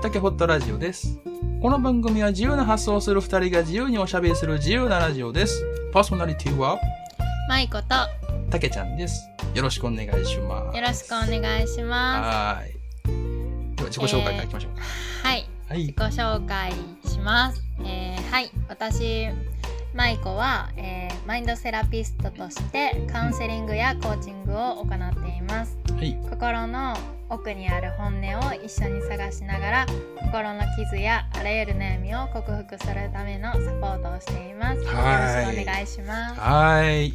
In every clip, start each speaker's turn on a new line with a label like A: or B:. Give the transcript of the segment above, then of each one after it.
A: 竹ホットラジオです。この番組は自由な発想をする二人が自由におしゃべりする自由なラジオです。パーソナリティは
B: マイコと
A: 竹ちゃんです。よろしくお願いします。
B: よろしくお願いしま
A: はーい。では自己紹介からいきましょうか。
B: す。はい、
A: はい
B: 自己。紹介します。えーはい、私マイコは、えーマインドセラピストとしてカウンセリングやコーチングを行っています。
A: はい。
B: 心の奥にある本音を一緒に探しながら心の傷やあらゆる悩みを克服するためのサポートをしています。よろ
A: はい
B: しくお願いします。
A: はーい。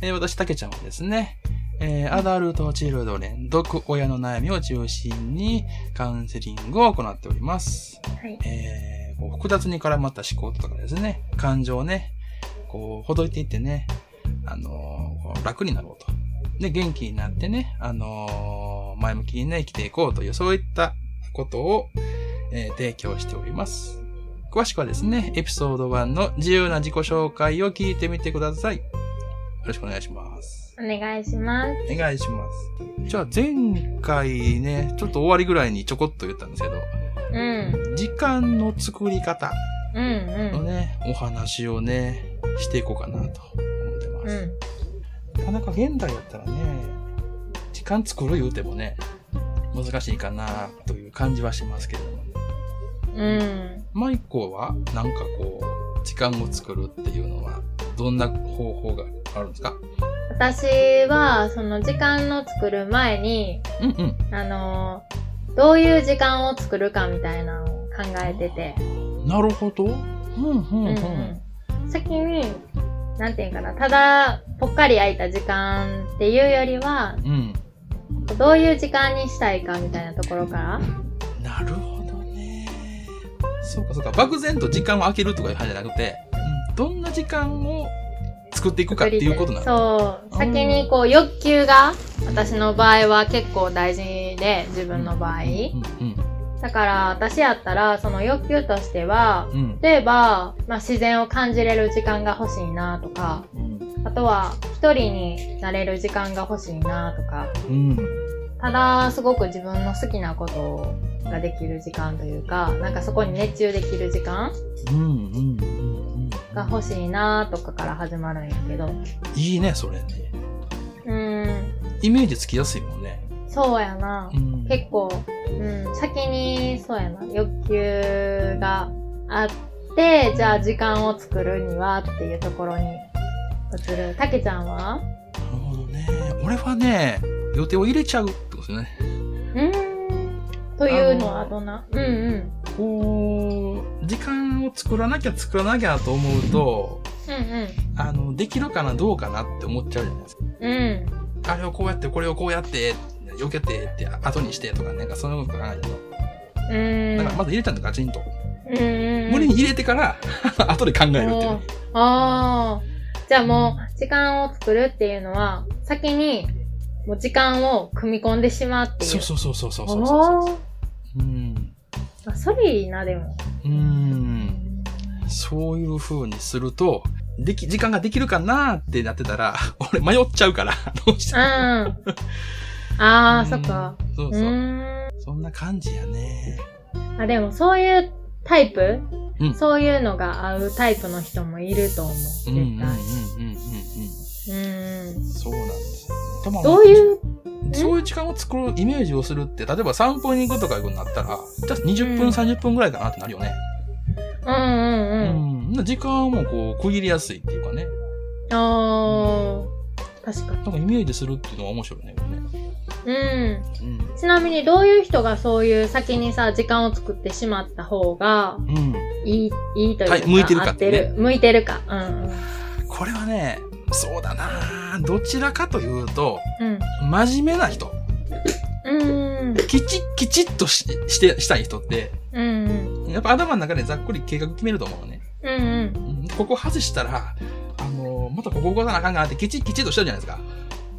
A: えー私、たけちゃんはですね、えーアダルト、チルドレン、毒親の悩みを中心にカウンセリングを行っております。
B: はい、
A: えーこう複雑に絡まった思考とかですね、感情をね、こう、ほどいていってね、あのーこう楽になろうと。で、元気になってね、あのー前向きにね、生きていこうという、そういったことを、えー提供しております。詳しくはですね、エピソード1の自由な自己紹介を聞いてみてください。よろしくお願いします。
B: お願いします。
A: お願いします。じゃあ前回ね、ちょっと終わりぐらいにちょこっと言ったんですけど、
B: うん、
A: 時間の作り方
B: うん、
A: のね、お話をね、していこうかなと思ってま
B: うん、う
A: す。
B: ん。
A: なかなか現代だったらね、時間作る言うてもね、難しいかなという感じはしますけれども。
B: うん、
A: マイコはなんかこう、時間を作るっていうのは、どんな方法があるんですか
B: 私はその時間の作る前に
A: うんうん。
B: あのどういう時間を作るかみたいなのを考えてて、
A: なるほど。うんうんうん。うん
B: 先になんていうかなただぽっかり空いた時間っていうよりは
A: うん。
B: どういう時間にしたいかみたいなところから
A: なるほどね。そうかそうか。漠然と時間を空けるとかいう話じゃなくて、うんどんな時間を作っていくかっていうことなの。
B: そう
A: うん
B: 先にこう欲求が私の場合は結構大事で自分の場合
A: うん
B: だから私やったらその欲求としては
A: うんうん
B: 例えば、まあ、自然を感じれる時間が欲しいなとか
A: うん
B: あとは一人になれる時間が欲しいなとか
A: うん
B: ただすごく自分の好きなことができる時間というかなんかそこに熱中できる時間
A: うんうんうん
B: が欲しいなとかから始まるんやけど
A: いいねそれね
B: うーん
A: イメージつきやすいもんね、
B: そうやな
A: うん、
B: 結構、うん、先にそうやな欲求があってじゃあ時間を作るにはっていうところに移るたけちゃん
A: な
B: は
A: るほどね俺はね予定を入れちゃうってことですね
B: うんというの
A: あ
B: は
A: の
B: どんなうんうん
A: こう時間を作らなきゃ作らなきゃと思うと
B: うん
A: あのできるかなどうかなって思っちゃうじゃないですか
B: うんうん
A: あれをこうやってこれをこうやって避けてって後にしてとかなんかそういうこと考えると
B: うん
A: だからまず入れちゃうんとガチンと
B: うん
A: 無理に入れてから後で考えるっていうね
B: ああーじゃあもう時間を作るっていうのは先にもう時間を組み込んでしまうっていう
A: そう
B: う
A: そうそうそうそうそうそう
B: おー
A: うん
B: あそれいいなでも
A: うーんそういう風にすると、でき、時間ができるかなーってなってたら、 俺迷っちゃうから、 どうし
B: う
A: て
B: ん
A: も
B: ああーそっか。
A: うんそう
B: う
A: そう。
B: ーん
A: そんな感じやね。
B: あでもそういうタイプ、
A: うん
B: そういうのが合うタイプの人もいると思う絶
A: う
B: 対
A: んうんうんうんうんうん。
B: うん
A: そうなんですよね。でも
B: どういう
A: そういう時間を作るイメージをするって、例えば散歩に行くとかいうことになったら、じゃあ20分、
B: うん
A: 30分ぐらいかなってなるよね。
B: うんうん
A: う
B: うん、
A: ん。時間もこう、区切りやすいっていうかね。
B: あー確かに。
A: なんかイメージするっていうのは面白いね、これね。
B: うん。
A: うん。
B: ちなみにどういう人がそういう先にさ、時間を作ってしまった方が
A: うん。
B: いい、いいというか。
A: はい向いてるかっ
B: 合ってて
A: ね
B: る。向いてるか。うん。
A: これはね、そうだなどちらかというと、
B: うん。
A: 真面目な人。
B: うん。
A: きち、きちっとしして、したい人って、
B: うん。うん。
A: やっぱ頭の中でざっくり計画決めると思うのね。
B: うん。うん。
A: うんここ外したら、あのーまたここ動かなあかんかなってきちきちっとしちゃうじゃないですか。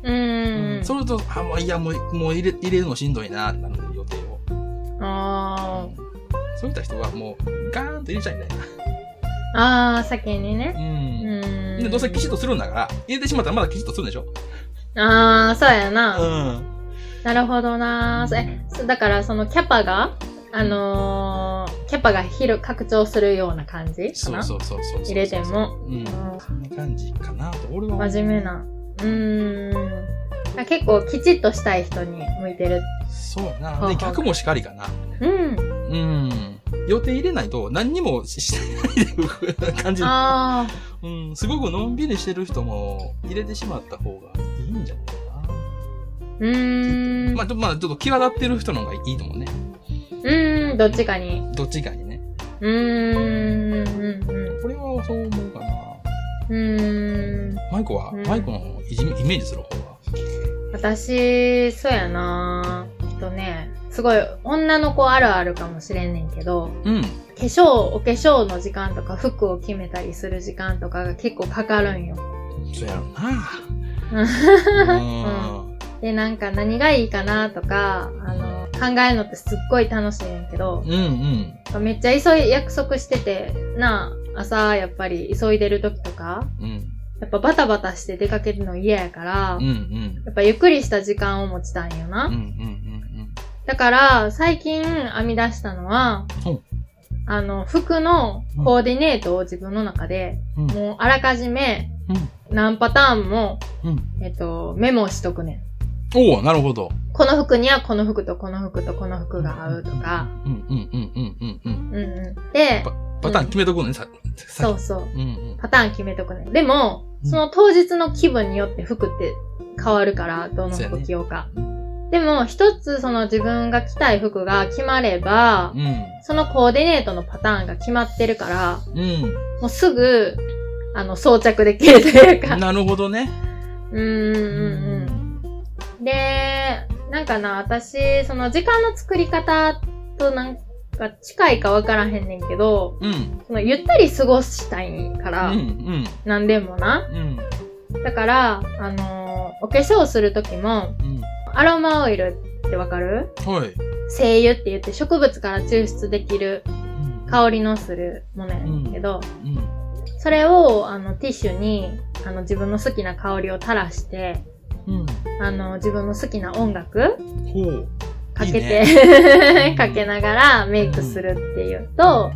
B: うん。
A: それと、あ、もういや、もう、もう入れ、入れるのしんどいなってなるの予定を。
B: あ
A: そういった人はもう、ガーンと入れちゃいみたいな。
B: ーあー、先にね。う
A: うん。
B: ん。
A: で、どうせきちっとするんだから、入れてしまったらまだきちっとするでしょ。
B: ああ、そうやな。
A: ん。
B: なるほどな。そえ、そだからそのキャパがあのーキャパが広く拡張するような感じか
A: そう
B: な
A: そうそうそうそう。
B: 入れても。
A: うん。そんな感じかなと。俺は
B: うん、真面目な。うーん。あ結構きちっとしたい人に向いてる。
A: そうや
B: は
A: な。
B: は
A: で、客もしかりかな。
B: うん。
A: うん。予定入れないと何にもしてないっていう感じ。
B: あ
A: うん。すごくのんびりしてる人も入れてしまった方がいいんじゃないか
B: あ。うー
A: な。
B: ん。
A: まあ、ちょまあ、ちょっと際立ってる人の方がいいと思うね。
B: うーん。どっちかに。
A: どっちかにね。
B: うーん。うん
A: これはそう思うかな。
B: うん。うーん。
A: マイコは、
B: うん
A: マイコのいじイメージする方は。
B: 私、そうやなえっとね、すごい女の子あるあるかもしれんねんけど、
A: うん。
B: 化粧、お化粧の時間とか服を決めたりする時間とかが結構かかるんよ。
A: そうやろな。うん。
B: で、なんか何がいいかなとか、あの、考えるのってすっごい楽しいんやけど、
A: うんうん。
B: めっちゃ急い、約束してて、なあ、朝やっぱり急いでる時とか、
A: うん。
B: やっぱバタバタして出かけるの嫌やから、
A: うんうん。
B: やっぱゆっくりした時間を持ちたいんよな。
A: うんうんうん
B: だから、最近編み出したのは
A: うん、
B: あの、服のコーディネートを自分の中で、
A: うん。うん
B: もうあらかじめ
A: うん
B: 何パターンも、
A: うん。
B: えっと、メモしとくねん。
A: おおなるほど。
B: この服にはこの服とこの服とこの服が合うとか。。
A: うんうんうんうんうんうん。
B: うんうん。で、
A: パターン決めとくのね、ささ
B: そうそう。
A: うんうん。
B: パターン決めとくねん。でも、
A: うん
B: その当日の気分によって服って変わるから、どの
A: そうや
B: 服
A: ね
B: 着ようか。
A: う
B: でも、一つその自分が着たい服が決まれば、
A: うん。
B: そのコーディネートのパターンが決まってるから、
A: うん。
B: もうすぐ、あの、装着できるというか。
A: なるほどね。
B: うーん
A: う
B: うんうん。で、なんかな、私、その時間の作り方となんか近いかわからへんねんけど、
A: うん。うん。
B: そのゆったり過ごしたいから、
A: うん
B: なんでもな。
A: うん。うん。
B: だから、あのーお化粧するときも、
A: うん。
B: アロマオイルってわかる
A: はい。
B: 精油って言って植物から抽出できる
A: うん
B: 香りのするものやねんけど、
A: うん。
B: それをあのティッシュにあの自分の好きな香りを垂らして
A: う
B: あの自分の好きな音楽
A: ん。ほう。
B: かけて
A: いいね
B: かけながらメイクするっていうと、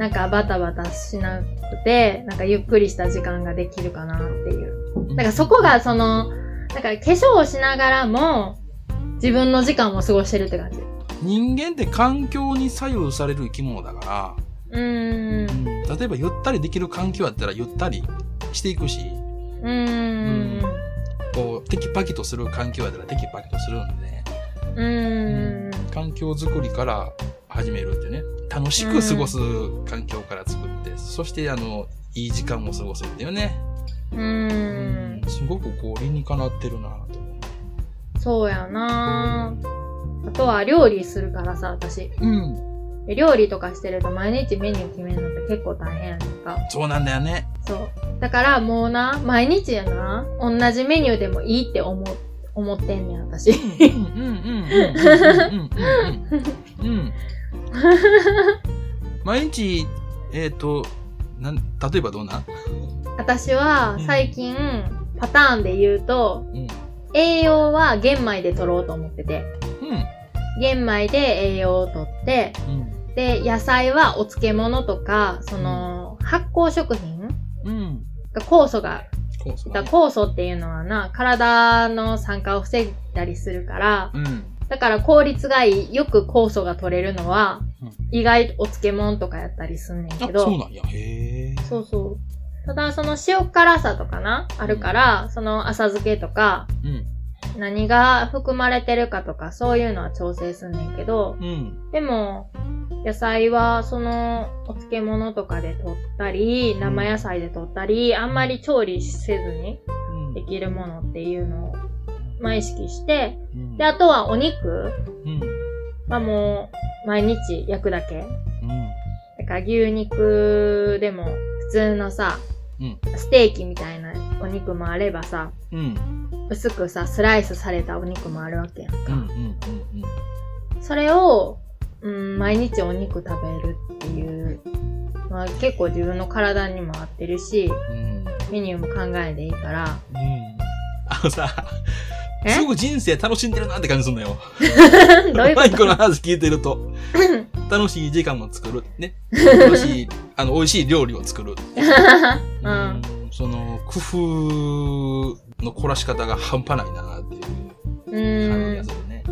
B: なんかバタバタしなくてなんかゆっくりした時間ができるかなってい
A: う
B: う
A: ん
B: なんかそこがそのなんか化粧をしながらも自分の時間を過ごしてるって感じ
A: 人間って環境に左右される生き物だから、
B: うーん
A: 例えばゆったりできる環境やったらゆったりしていくし、
B: うーん
A: こう、テキパキとする環境やったらテキパキとするんでね、
B: うーん
A: 環境づくりから始めるってね、楽しく過ごす環境から作って、そしてあの、いい時間を過ごすっていうね、
B: うーん
A: すごくこう、理にかなってるなと思う。
B: そうやなあとは料理するからさ、私。
A: うん。
B: で料理とかしてると毎日メニュー決めるのって結構大変やんか。
A: そうなんだよね。
B: そう。だからもうな、毎日やな、同じメニューでもいいって思う、思ってんねん、私。
A: うんうんうんうんうんうんうん。うん。毎日、えっ、と、なん、例えばどうなん
B: 私は最近、パターンで言うと、
A: うん。
B: 栄養は玄米で取ろうと思ってて。玄米で栄養を取って、
A: うん。
B: で、野菜はお漬物とか、その、発酵食品
A: うん。うん。
B: が酵素が
A: こう、そうだ
B: だ
A: ね。
B: 酵素っていうのはな、体の酸化を防いだりするから、
A: うん。
B: だから効率がいい、よく酵素が取れるのは
A: うん、
B: 意外とお漬物とかやったりすんねん
A: あ、
B: けど、
A: そうなんや。へえ。
B: そうそうただその塩辛さとかな、あるから、その浅漬けとか、
A: うん。
B: 何が含まれてるかとか、そういうのは調整すんねんけど、
A: うん。
B: でも、野菜はそのお漬物とかで取ったり、生野菜で取ったり、あんまり調理せずに、できるものっていうのを、まあ、意識して、
A: うん。
B: で、あとはお肉
A: うん。
B: はもう、毎日焼くだけ。
A: うん。
B: だから牛肉でも、普通のさ、
A: うん
B: ステーキみたいなお肉もあればさ、
A: うん。
B: 薄くさ、スライスされたお肉もあるわけやん
A: う
B: か。
A: ん。うん。うん。
B: それを、うん、毎日お肉食べるっていう、まあ結構自分の体にも合ってるし、
A: うん。
B: メニューも考えていいから、
A: うん。あのさ、
B: え
A: すごく人生楽しんでるなって感じすんだよ。
B: どういう
A: マイ
B: こ
A: ク
B: と
A: の話聞いてる と、楽しい時間も作る。ね。楽しい、あの、美味しい料理を作る。
B: うん。
A: その、工夫の凝らし方が半端ないなっていう
B: う
A: 感じ
B: ー
A: が
B: ん。
A: するね。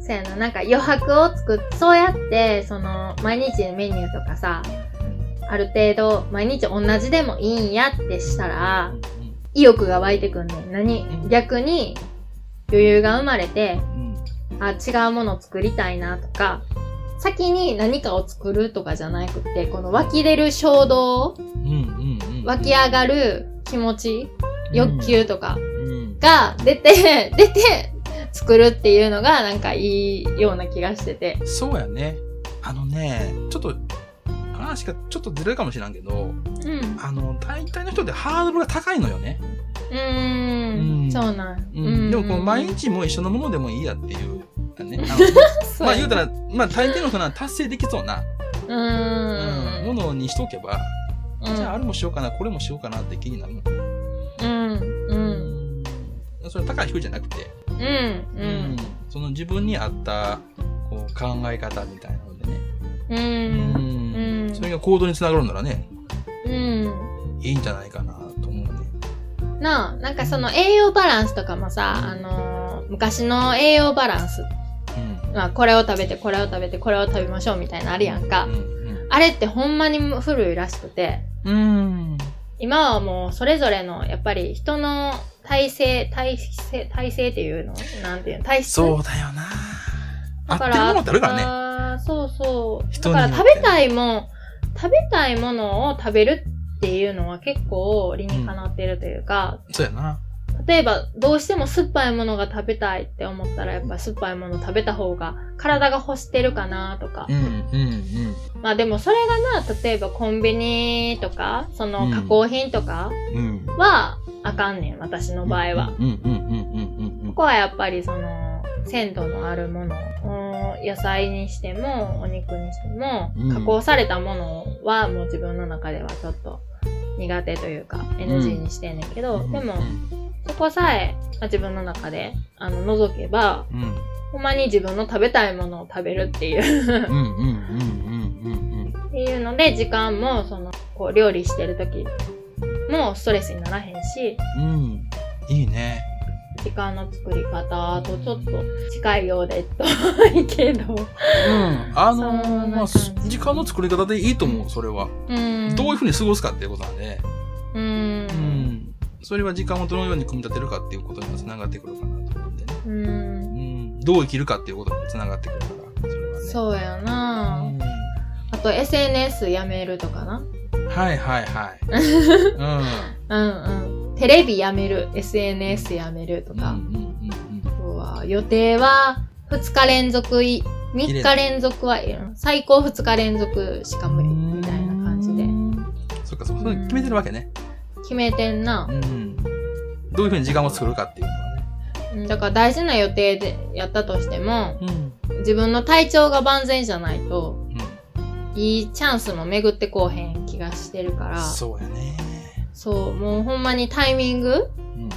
B: そうやな。なんか余白を作っ、そうやって、その、毎日メニューとかさ、ある程度、毎日同じでもいいんやってしたら、意欲が湧いてくんねん。何逆に、余裕が生まれて、
A: うんうん
B: あ、違うものを作りたいなとか、先に何かを作るとかじゃなくて、この湧き出る衝動、
A: うんうんうん
B: 湧き上がる気持ち、欲求とか
A: うん
B: が出て、 出て作るっていうのがなんかいいような気がしてて。
A: そうやね。あのね、ちょっと、話がちょっとずれるかもしらんけど、
B: うん。う
A: あの、大体の人ってハードルが高いのよね。
B: ー
A: うん
B: ん。そうなん。
A: うん。でも、こう、毎
B: 日、
A: 日もう一緒のものでもいいやっていう。 ね、あの
B: そ
A: まあ言うた
B: ら、
A: ら、まあ大抵の人なら達成できそうな、
B: う
A: うん、
B: ー
A: も
B: ん。
A: のにしとけば、
B: うん
A: じゃああれもしようかな、これもしようかなって気になるの。
B: うん。うん。
A: うん、それ高い低いじゃなくて、
B: うん。うん。
A: その自分に合ったこう考え方みたいなのでね、う
B: う。
A: ん
B: うん
A: それが行動につながるんならね
B: うん。
A: いいんじゃないかなと思うね。
B: なあ、なんかその栄養バランスとかもさ、あのー昔の栄養バランス。
A: うん
B: まあ、これを食べて、これを食べて、これを食べましょうみたいなのあるやんか。
A: うん
B: あれってほんまに古いらしくて、
A: うん
B: 今はもうそれぞれの、やっぱり人の体制、体制、体制っていうのなんていうの体質
A: そうだよな合ってるものってあるからね。
B: ね。そうそう。
A: 人
B: だ
A: によ
B: か
A: って
B: ら食べたいもん、食べたいものを食べるっていうのは結構理にかなってるというか、
A: そうやな。
B: 例えば、どうしても酸っぱいものが食べたいって思ったら、やっぱ酸っぱいもの食べた方が体が欲してるかなとか
A: う。んうん
B: まあでもそれがな、例えばコンビニとか、そ
A: うん
B: の加工品とか
A: うんうん。
B: はあかんねん、私の場合は。
A: うんうんうんうんうんうん
B: ここはやっぱりその、鮮度のあるもの、うん野菜にしても、お肉にしても
A: うん、
B: 加工されたものはもう自分の中ではちょっと苦手というか、NG にしてんねんけど、
A: うん。
B: でも
A: う、ん
B: そこさえ、まあ自分の中で、あの、覗けば、
A: うん
B: ほんまに自分の食べたいものを食べるっていう。
A: うんうんうんうん
B: っていうので、時間も、その、こう、料理してる時もストレスにならへんし、
A: うんうん。いいね。
B: 時間の作り方とちょっと近いようで、 遠いけ
A: う
B: ど。
A: ん、あの
B: そんな
A: まあ、
B: 感じ
A: す時間の作り方でいいと思う、それは。
B: うん。
A: どういうふうに過ごすかっていうことなんで、
B: う。
A: うんん、それは時間をどのように組み立てるかっていうことにもつながってくるかなと思うんでね、
B: うん。
A: うん、どう生きるかっていうことにもつながってくるから、それはね。
B: そうや
A: う
B: なんあと、SNS やめるとかな。
A: はいはい はい。
B: うんうん。テレビやめる、SNS やめると
A: うん、うん、う
B: か。
A: ん、うん
B: 今日は予定は2日連続い、3日連続は、うん最高2日連続しか無理みたいな感じで。
A: うん。そっか、そこで決めてるわけね。
B: 決めてんな
A: う。ん。どういうふうに時間を作るかっていうの
B: うんだから大事な予定でやったとしても、
A: はね。
B: 自分の体調が万全じゃないと、
A: うん。
B: いいチャンスも巡ってこうへん気がしてるから、
A: そうやね。
B: そう、もうほんまにタイミング
A: うん。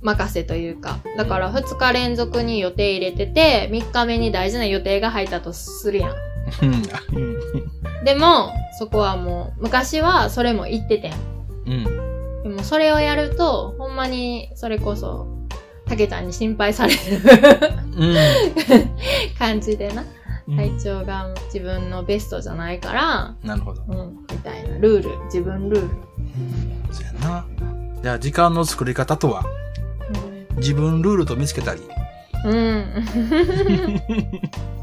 B: 任せというか。だから2日連続に予定入れてて、3日目に大事な予定が入ったとするやん。
A: うん
B: でも、そこはもう、昔はそれも言っててん。
A: うん。
B: でもそれをやると、ほんまに、それこそ、たけちゃんに心配さ れる
A: うん。
B: 感じでな。
A: うん。
B: 体調が自分のベストじゃないから、
A: なるほど。
B: うん、みたいな。ルール。自分ルール。
A: そうやな。じゃあ時間の作り方とは、自分ルールと見つけたり。
B: うん。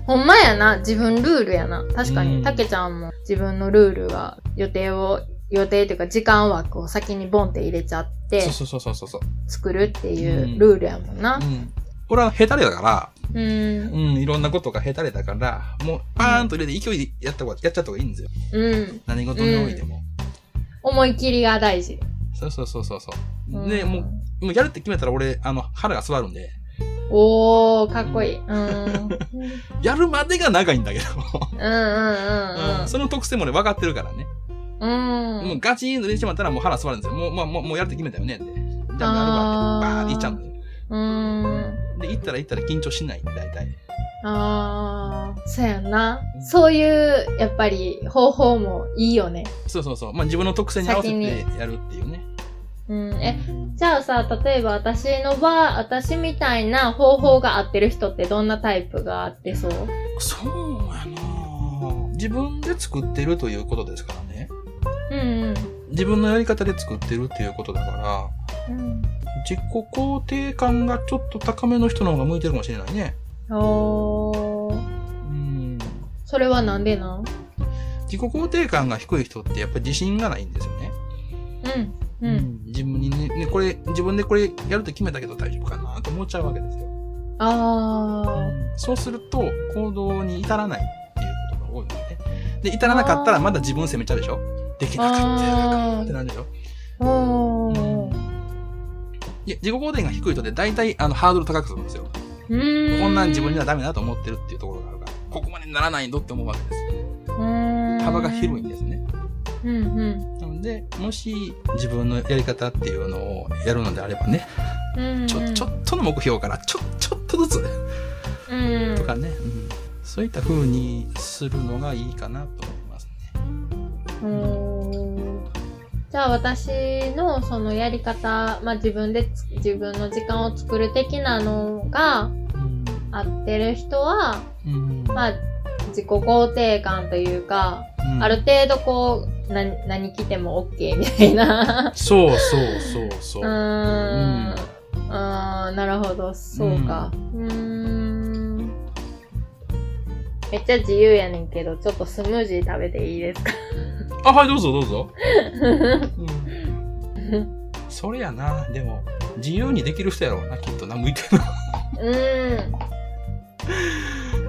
B: ほんまやな。自分ルールやな。確か
A: うん
B: に、たけちゃんも自分のルールが、予定を、予定というか時間枠を先にボンって入れちゃって、
A: そうそうそうそうそう。
B: 作るって
A: う
B: い
A: ん
B: うルールやもんな
A: う。ん。俺はヘタレだか
B: う
A: ら、う
B: ん。
A: ん、いろんなことがヘタレだから、もうパーンと入れて勢いでやった方が、やっちゃった方がいいんですよ。
B: うん。
A: 何事においても。
B: 思い切りが大事。
A: そうそうそうそうそう。
B: うん
A: で、もう、もうやるって決めたら俺、あの、腹が座るんで、
B: おー、かっこいい。うん。うん
A: やるまでが長いんだけど、
B: うんうん
A: うん、その特性もね、分かってるからね。
B: うん。う。
A: もうんガチーンと入れてしまったらもう腹座るんですよ。もう、まあ、もう、もうやるって決めたよねって。じゃあ、なるわって、バーっていっちゃうんで。
B: うーん。
A: で、行ったら行ったら緊張しない、大体。
B: ああ、そうやんな。そういう、やっぱり、方法もいいよね。
A: そうそうそう。まあ自分の特性に合わせ
B: 先に
A: てやるっていうね。
B: うん。え、じゃあさ、例えば私の場、私みたいな方法が合ってる人ってどんなタイプがあってそう
A: そうやな自分で作ってるということですからね。
B: うん
A: 自分のやり方で作ってるっていうことだから、
B: うん。
A: 自己肯定感がちょっと高めの人の方が向いてるかもしれないね。
B: うん。おー。
A: うん。
B: それはなんでなん
A: 自己肯定感が低い人ってやっぱり自信がないんですよね。
B: うん。うん。
A: 自分にね、ねこれ、自分でこれやると決めたけど大丈夫かなと思っちゃうわけですよ。
B: あ
A: そうすると、行動に至らないっていうことが多いんですね。で、至らなかったらまだ自分責めちゃうでしょできなかったよ
B: あー
A: ってなるでしょ
B: ー。おー。
A: いや、自己肯定が低い人で大体あのハードル高くするんですよ。
B: うーん。
A: こんなん自分にはダメだと思ってるっていうところがあるから、ここまでにならないのって思うわけです。
B: は
A: 幅が広いんですね。
B: うんうん。
A: なので、もし自分のやり方っていうのをやるのであればね、
B: うんうん、
A: ちょ、ちょっとの目標から、ちょ、ちょっとずつ
B: うん
A: とかね、うんそういった風にするのがいいかなと思いますね。
B: うんじゃあ私のそのやり方、まあ、自分でつ自分の時間を作る的なのが
A: うん。
B: 合ってる人は、
A: うん
B: まあ、自己肯定感というか、
A: うん
B: ある程度こう、な何着ても OK みたいな。
A: そうそうそうそうう。
B: ーん。うーん、なるほど、そうか。うーん。めっちゃ自由やねんけど、ちょっとスムージー食べていいですか
A: あ、はい、どうぞどう ぞ。それやな、でも、自由にできる人やろうな、きっとな、向いてる
B: うん。
A: の。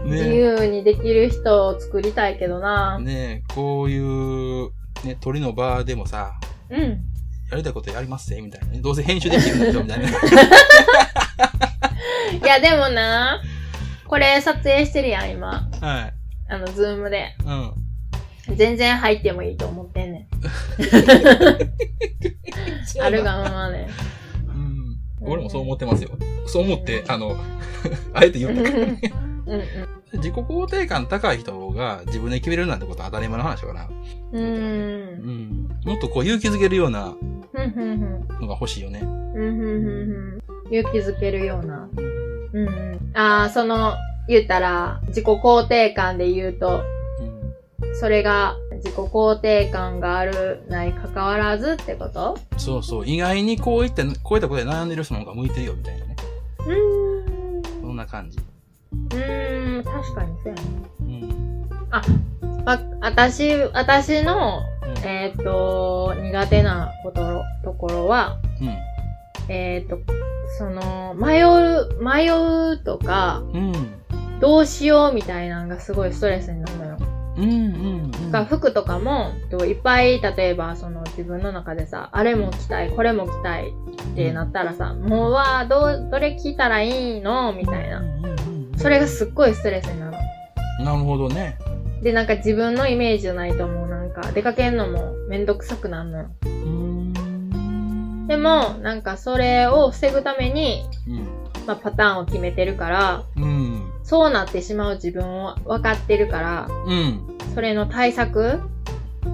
B: 自
A: ね
B: 由にできる人を作りたいけどな。
A: ねこういう、ね、鳥のバーでもさ、
B: うん。
A: やりたいことやりますぜ、みたいなね。どうせ編集できるんだよ、みたいな。
B: いや、でもな、これ撮影してるやん、今。
A: はい。
B: あの、ズームで。
A: うん。
B: 全然入ってもいいと思ってんねん。あるがままね。
A: うん。俺もそう思ってますよ。そう思って、あの、 あえて
B: う
A: 言
B: ん
A: ったけど。
B: うん。
A: 自己肯定感高い人が自分で決めれるなんてことは当たり前の話かな。う
B: うん。うん。
A: ん。もっとこう勇気づけるような
B: ふんふんふん。
A: のが欲しいよね。
B: うんふんふんふん。勇気づけるような。うんうん。ああ、その、言ったら、自己肯定感で言うと、
A: うん
B: それが自己肯定感がある、ない、関わらずってこと
A: そうそう。意外にこういった、こういったことで悩んでる人の方が向いてるよ、みたいなね。
B: うーん。
A: そんな感じ。
B: うーん、確かにそうやね。
A: うん。
B: あ、私、私の、
A: うん
B: えっ、と、苦手なこと、ところは、えっ、と、その、迷う、迷うとか、
A: うん。
B: どうしようみたいなのがすごいストレスになるのよ。
A: うん。うん。うん。
B: だから服とかも、といっぱい、例えば、その自分の中でさ、あれも着たい、これも着たいってなったらさ、もうわあ、どう、どれ着たらいいのみたいな。それがすっごいストレスになるの。
A: なるほどね。
B: で、なんか自分のイメージじゃないともうなんか出かけんのもめんどくさくなるのよ。
A: うーん。
B: でも、なんかそれを防ぐために、
A: うん。
B: まあ、パターンを決めてるから、
A: うん。
B: そうなってしまう自分を分かってるから、
A: うん。
B: それの対策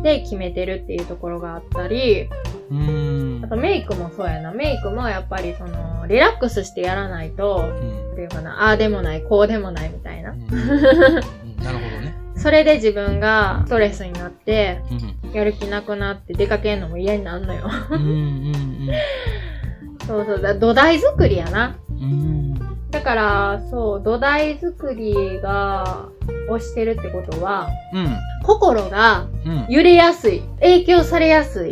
B: で決めてるっていうところがあったり、
A: うん。
B: あとメイクもそうやな。メイクもやっぱりその、リラックスしてやらないと、
A: うん。
B: っていうかな、ああでもない、こうでもないみたいな
A: う。んうんなるほどね。
B: それで自分がストレスになって、
A: うん。
B: やる気なくなって出かけるのも嫌になるのよ。
A: うん。うん。
B: そうそう、だ土台作りやな。
A: うん。
B: だから、そう、土台作りが、をしてるってことは、
A: うん。
B: 心が
A: うん。
B: 揺れやすい、影響されやすい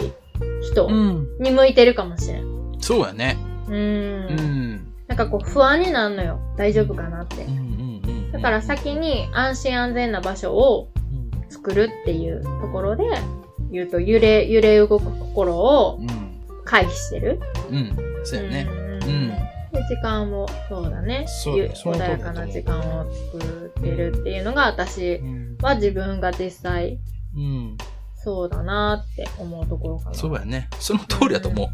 B: 人
A: うん。
B: に向いてるかもしれん。う
A: そうやね。う
B: ーん。
A: ん。
B: なんかこう、不安になるのよ。大丈夫かなって
A: うん。。うん。うん。
B: だから先に安心安全な場所を
A: うん。
B: 作るっていうところで、言うと、揺れ、揺れ動く心を
A: うん。
B: 回避してる。
A: うん。そうやね。
B: うん
A: うん
B: で時間をそうだね
A: そう
B: ゆ
A: その通り
B: 穏
A: だ
B: や
A: と思
B: か
A: う
B: な時間を作ってるっていうのが私
A: うん。
B: は自分が実際
A: うん。
B: そうだなって思うところかな
A: そうやね。その通りだと思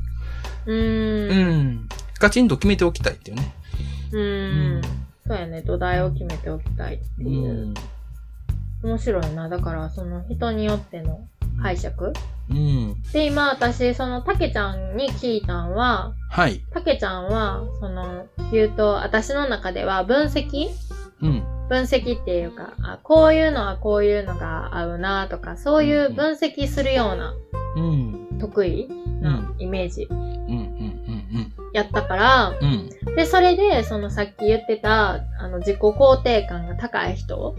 A: う。
B: うーん
A: うん。ガチンと決めておきたいっていうね。
B: うーん。そうやね。土台を決めておきたいっていう。。面白いな。だから、その人によっての解釈。
A: うん。
B: で、今私、その、たけちゃんに聞いたんは、
A: はい。
B: たけちゃんは、その、言うと、私の中では分析
A: うん。
B: 分析っていうか、あ、こういうのはこういうのが合うなとか、そういう分析するような
A: うん。
B: 得意なイメージ
A: うん。うん。うん。
B: やったから、
A: うん。うん。
B: で、それで、そのさっき言ってた、あの、自己肯定感が高い人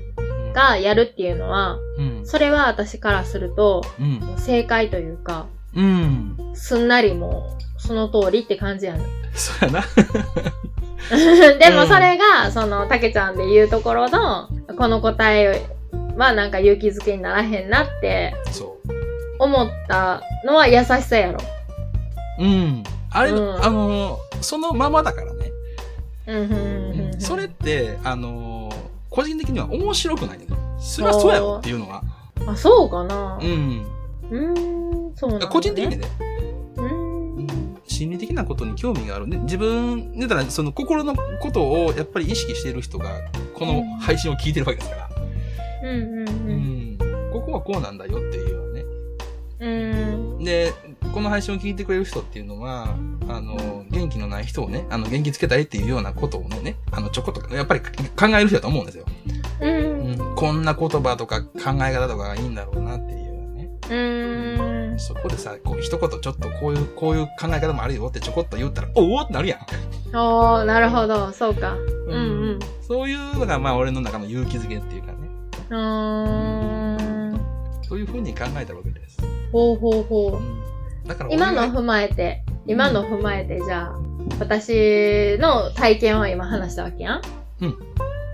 B: がやるっていうのは、
A: うん。
B: それは私からすると、
A: うん。
B: 正解というか、
A: うん。
B: すんなりもう、その通りって感じやね。
A: そうやな。
B: でもそれが、その、たけちゃんで言うところの、この答えはなんか勇気づけにならへんなって
A: そ
B: 思ったのは優しさやろ。
A: う。うん。あれ、
B: うん
A: あのー、そのままだからね。
B: うんうんうんうんうん
A: それって、あのー、個人的には面白くないね。それはそうやろっていうのは。
B: あ、そうかな
A: う。ん。
B: うーん、そうなんだ、ね。
A: 個人的にね。
B: うーん。
A: 心理的なことに興味があるね。自分、だからその心のことをやっぱり意識している人が、この配信を聞いてるわけですから。
B: うんうん
A: う
B: うん。
A: ん。ここはこうなんだよっていうようなね。
B: うん。
A: で、この配信を聞いてくれる人っていうのは、あの、元気のない人をね、あの、元気つけたいっていうようなことをね、あの、ちょこっと、やっぱり考える人だと思うんですよ。
B: う。
A: うんん。こんな言葉とか考え方とかがいいんだろうなっていうね。
B: うん。
A: そこでさ、こう、一言ちょっとこういう、こういう考え方もあるよってちょこっと言ったら、おおってなるやん。
B: おー、なるほど。そうか。うんうん。
A: そういうのが、まあ、俺の中の勇気づけっていうかね、
B: うーん。
A: そういうふうに考えたわけです。
B: ほうほうほ
A: う
B: う。
A: んだから俺が
B: 今の踏まえて、今の踏まえて、じゃあ、私の体験を今話したわけやん。
A: うん。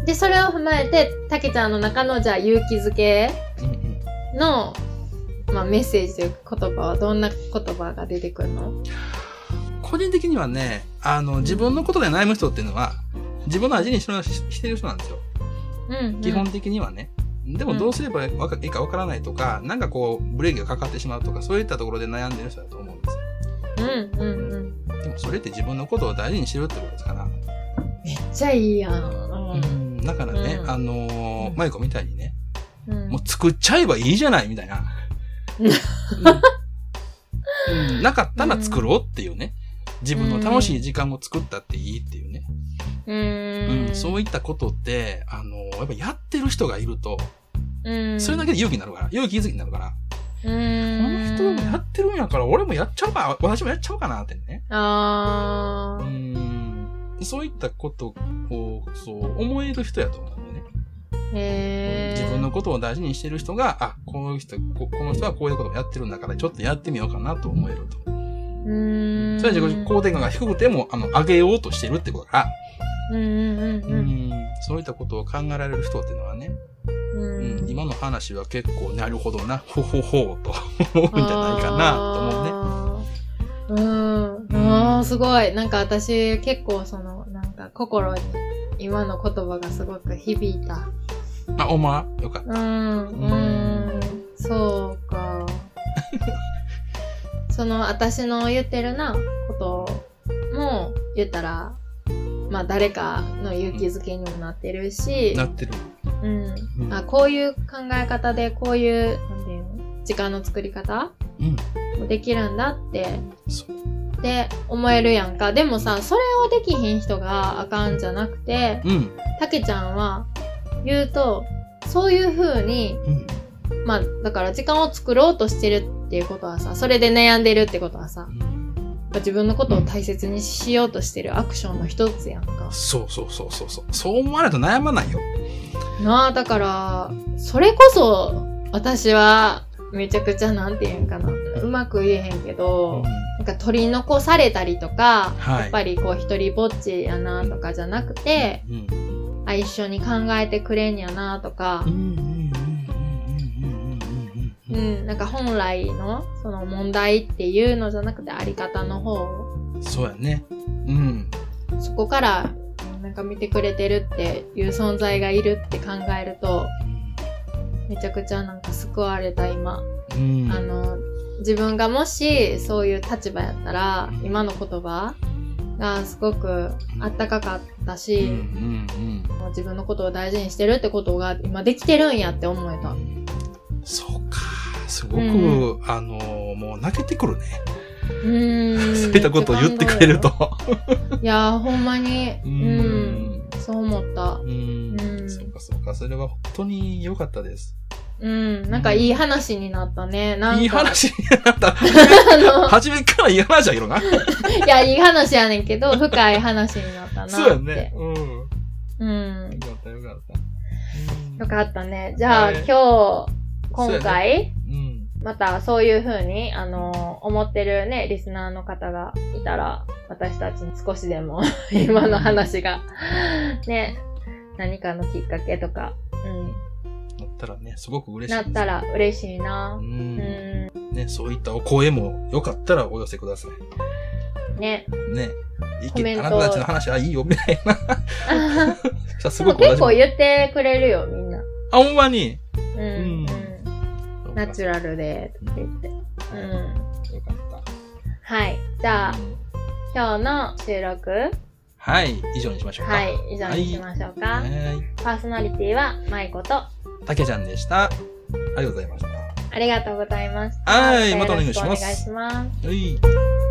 B: で、それを踏まえて、たけちゃんの中の、じゃあ、勇気づけ
A: うんうん
B: の、まあ、メッセージというか言葉はどんな言葉が出てくるの
A: 個人的にはね、あの、自分のことで悩む人っていうのは、自分の味にしろししてる人なんですよ。
B: うん、
A: 基本的にはね。でも
B: うん
A: どうすればわかいいかわからないとか、なんかこう、ブレーキがかかってしまうとか、そういったところで悩んでる人だと思うんです
B: うんうんうん。
A: よ。でもそれって自分のことを大事にしろってことですから。
B: めっちゃいいやん。
A: うんだからね、
B: うん
A: あの
B: うん
A: ー、マイコみたいにね、
B: うん。うん
A: もう作っちゃえばいいじゃないみたい な。うんなかったら作ろうっていうね。自分の楽しい時間を作ったっていいっていうね。
B: う
A: うん
B: ーん。
A: そういったことって、あの、やっぱやってる人がいると、
B: うん。
A: それだ
B: け。
A: けで勇気になるから、勇気づきになるから、
B: う
A: こ
B: ー
A: の
B: ん。
A: 人もやってるんやから、俺もやっちゃうか、私もやっちゃうかなってね。
B: あ
A: う
B: ー。
A: ん。そういったことを、そう、思える人やと思うんだよね。
B: へー。
A: 自分のことを大事にしてる人が、あ、この人、ここの人はこういうことをやってるんだから、ちょっとやってみようかなと思えると。
B: うーん。
A: それは自己
B: う。
A: 肯定感が低くても、あの、上げようとしてるってことだから、
B: うんうん
A: う
B: うん
A: ん、そういったことを考えられる人っていうのはね、
B: うん。
A: うん、今の話は結構、なるほどな、ほほほと思うんじゃないかなと思うね。
B: ね。うん。あー、すごい。なんか私、結構その、なんか心に今の言葉がすごく響いた。
A: あ、おまよかっ。、
B: うん、うん、そうか。その、私の言ってるな、ことも、言ったら、まあ、誰かの勇気づけにもなってるした
A: なってる。
B: うん。
A: うん
B: あ、こういう考え方で、こういう、なんていうの時間の作り方
A: うん。
B: もできるんだって、
A: そう。
B: で、思えるやんか。でもさ、それをできひん人があかんじゃなくて、
A: うん。
B: たけちゃんは、言うと、そういう風に
A: うん。
B: まあ、だから時間を作ろうとしてるっていうことはさ、それで悩んでるってことはさ、
A: うん
B: 自分のことを大切にしようとしてるアクションの一つやんか。
A: そうそうそうそうそう。そう思わないと悩まないよ。
B: なあ、だから、それこそ、私は、めちゃくちゃなんて言うんかな。うまく言えへん
A: う
B: け
A: ん
B: ど、なんか取り残されたりとか、
A: はい
B: やっぱりこう一人ぼっちやなとかじゃなくて、
A: うん。
B: あ、一緒に考えてくれんやなとか
A: うんうんうんうんうんうんうんうんう、ん
B: う
A: うん
B: ん、なんか本来のその問題っていうのじゃなくてあり方の方を
A: うんそうやね。うん。
B: そこから、なんか見てくれてるっていう存在がいるって考えると、めちゃくちゃなんか救われた今。
A: うん。
B: あの、自分がもしそういう立場やったら
A: う、ん
B: 今の言葉がすごくあったかかったし、
A: うんうん
B: もう自分のことを大事にしてるってことが今できてるんやって思え
A: う
B: た。
A: ん。そうか。すごく、
B: う
A: あのーもう泣けてくるね。
B: うーん。
A: そういったことを言ってくれると。。
B: いやー、ほんまに、う。。
A: うん
B: そう思った。
A: うん
B: うん
A: そうかそうか。それは本当に良かったです。
B: うん。なんかいい話になったね。なんか。
A: いい話になった。
B: あ
A: 初めからいい話やけどな。
B: の、いや、いい話やねんけど、深い話になったなって。
A: そうやね。。うん。よ
B: うん。
A: かったよかった。
B: よかったね。じゃあ、
A: はい
B: 今日、
A: そう
B: 今
A: やね
B: 回、
A: うん。
B: またそういう風に、あのー思ってるね、リスナーの方がいたら、私たちに少し でも、今の話が、ね、何かのきっかけとか、
A: うん。なったらね、すごく
B: う
A: 嬉
B: ん、
A: しいです。。
B: なったら嬉しいうな。うんん、
A: ね、そういったお声もよかったらお寄せください。
B: ね。
A: ね。意
B: コメン
A: 見、
B: ト
A: あなたたちの話はいいよ、みたいな。 さす
B: で
A: ご
B: も
A: く同
B: 結
A: じ
B: 構言ってくれるよ、みんな。
A: あ、ほんまに。
B: うん、
A: うん
B: うん、ナチュラルで、とか言って。うん。
A: よかった。
B: はい。じゃあ
A: う、ん
B: 今日の収録、
A: はい。以上にしましょうか。
B: はい、以上にしましょうか。
A: はい。
B: パーソナリティは、舞子と、
A: たけちゃんでした。ありがとうございました。
B: ありがとうございました。
A: はいまたお願いします
B: よろくお願いします。
A: はい。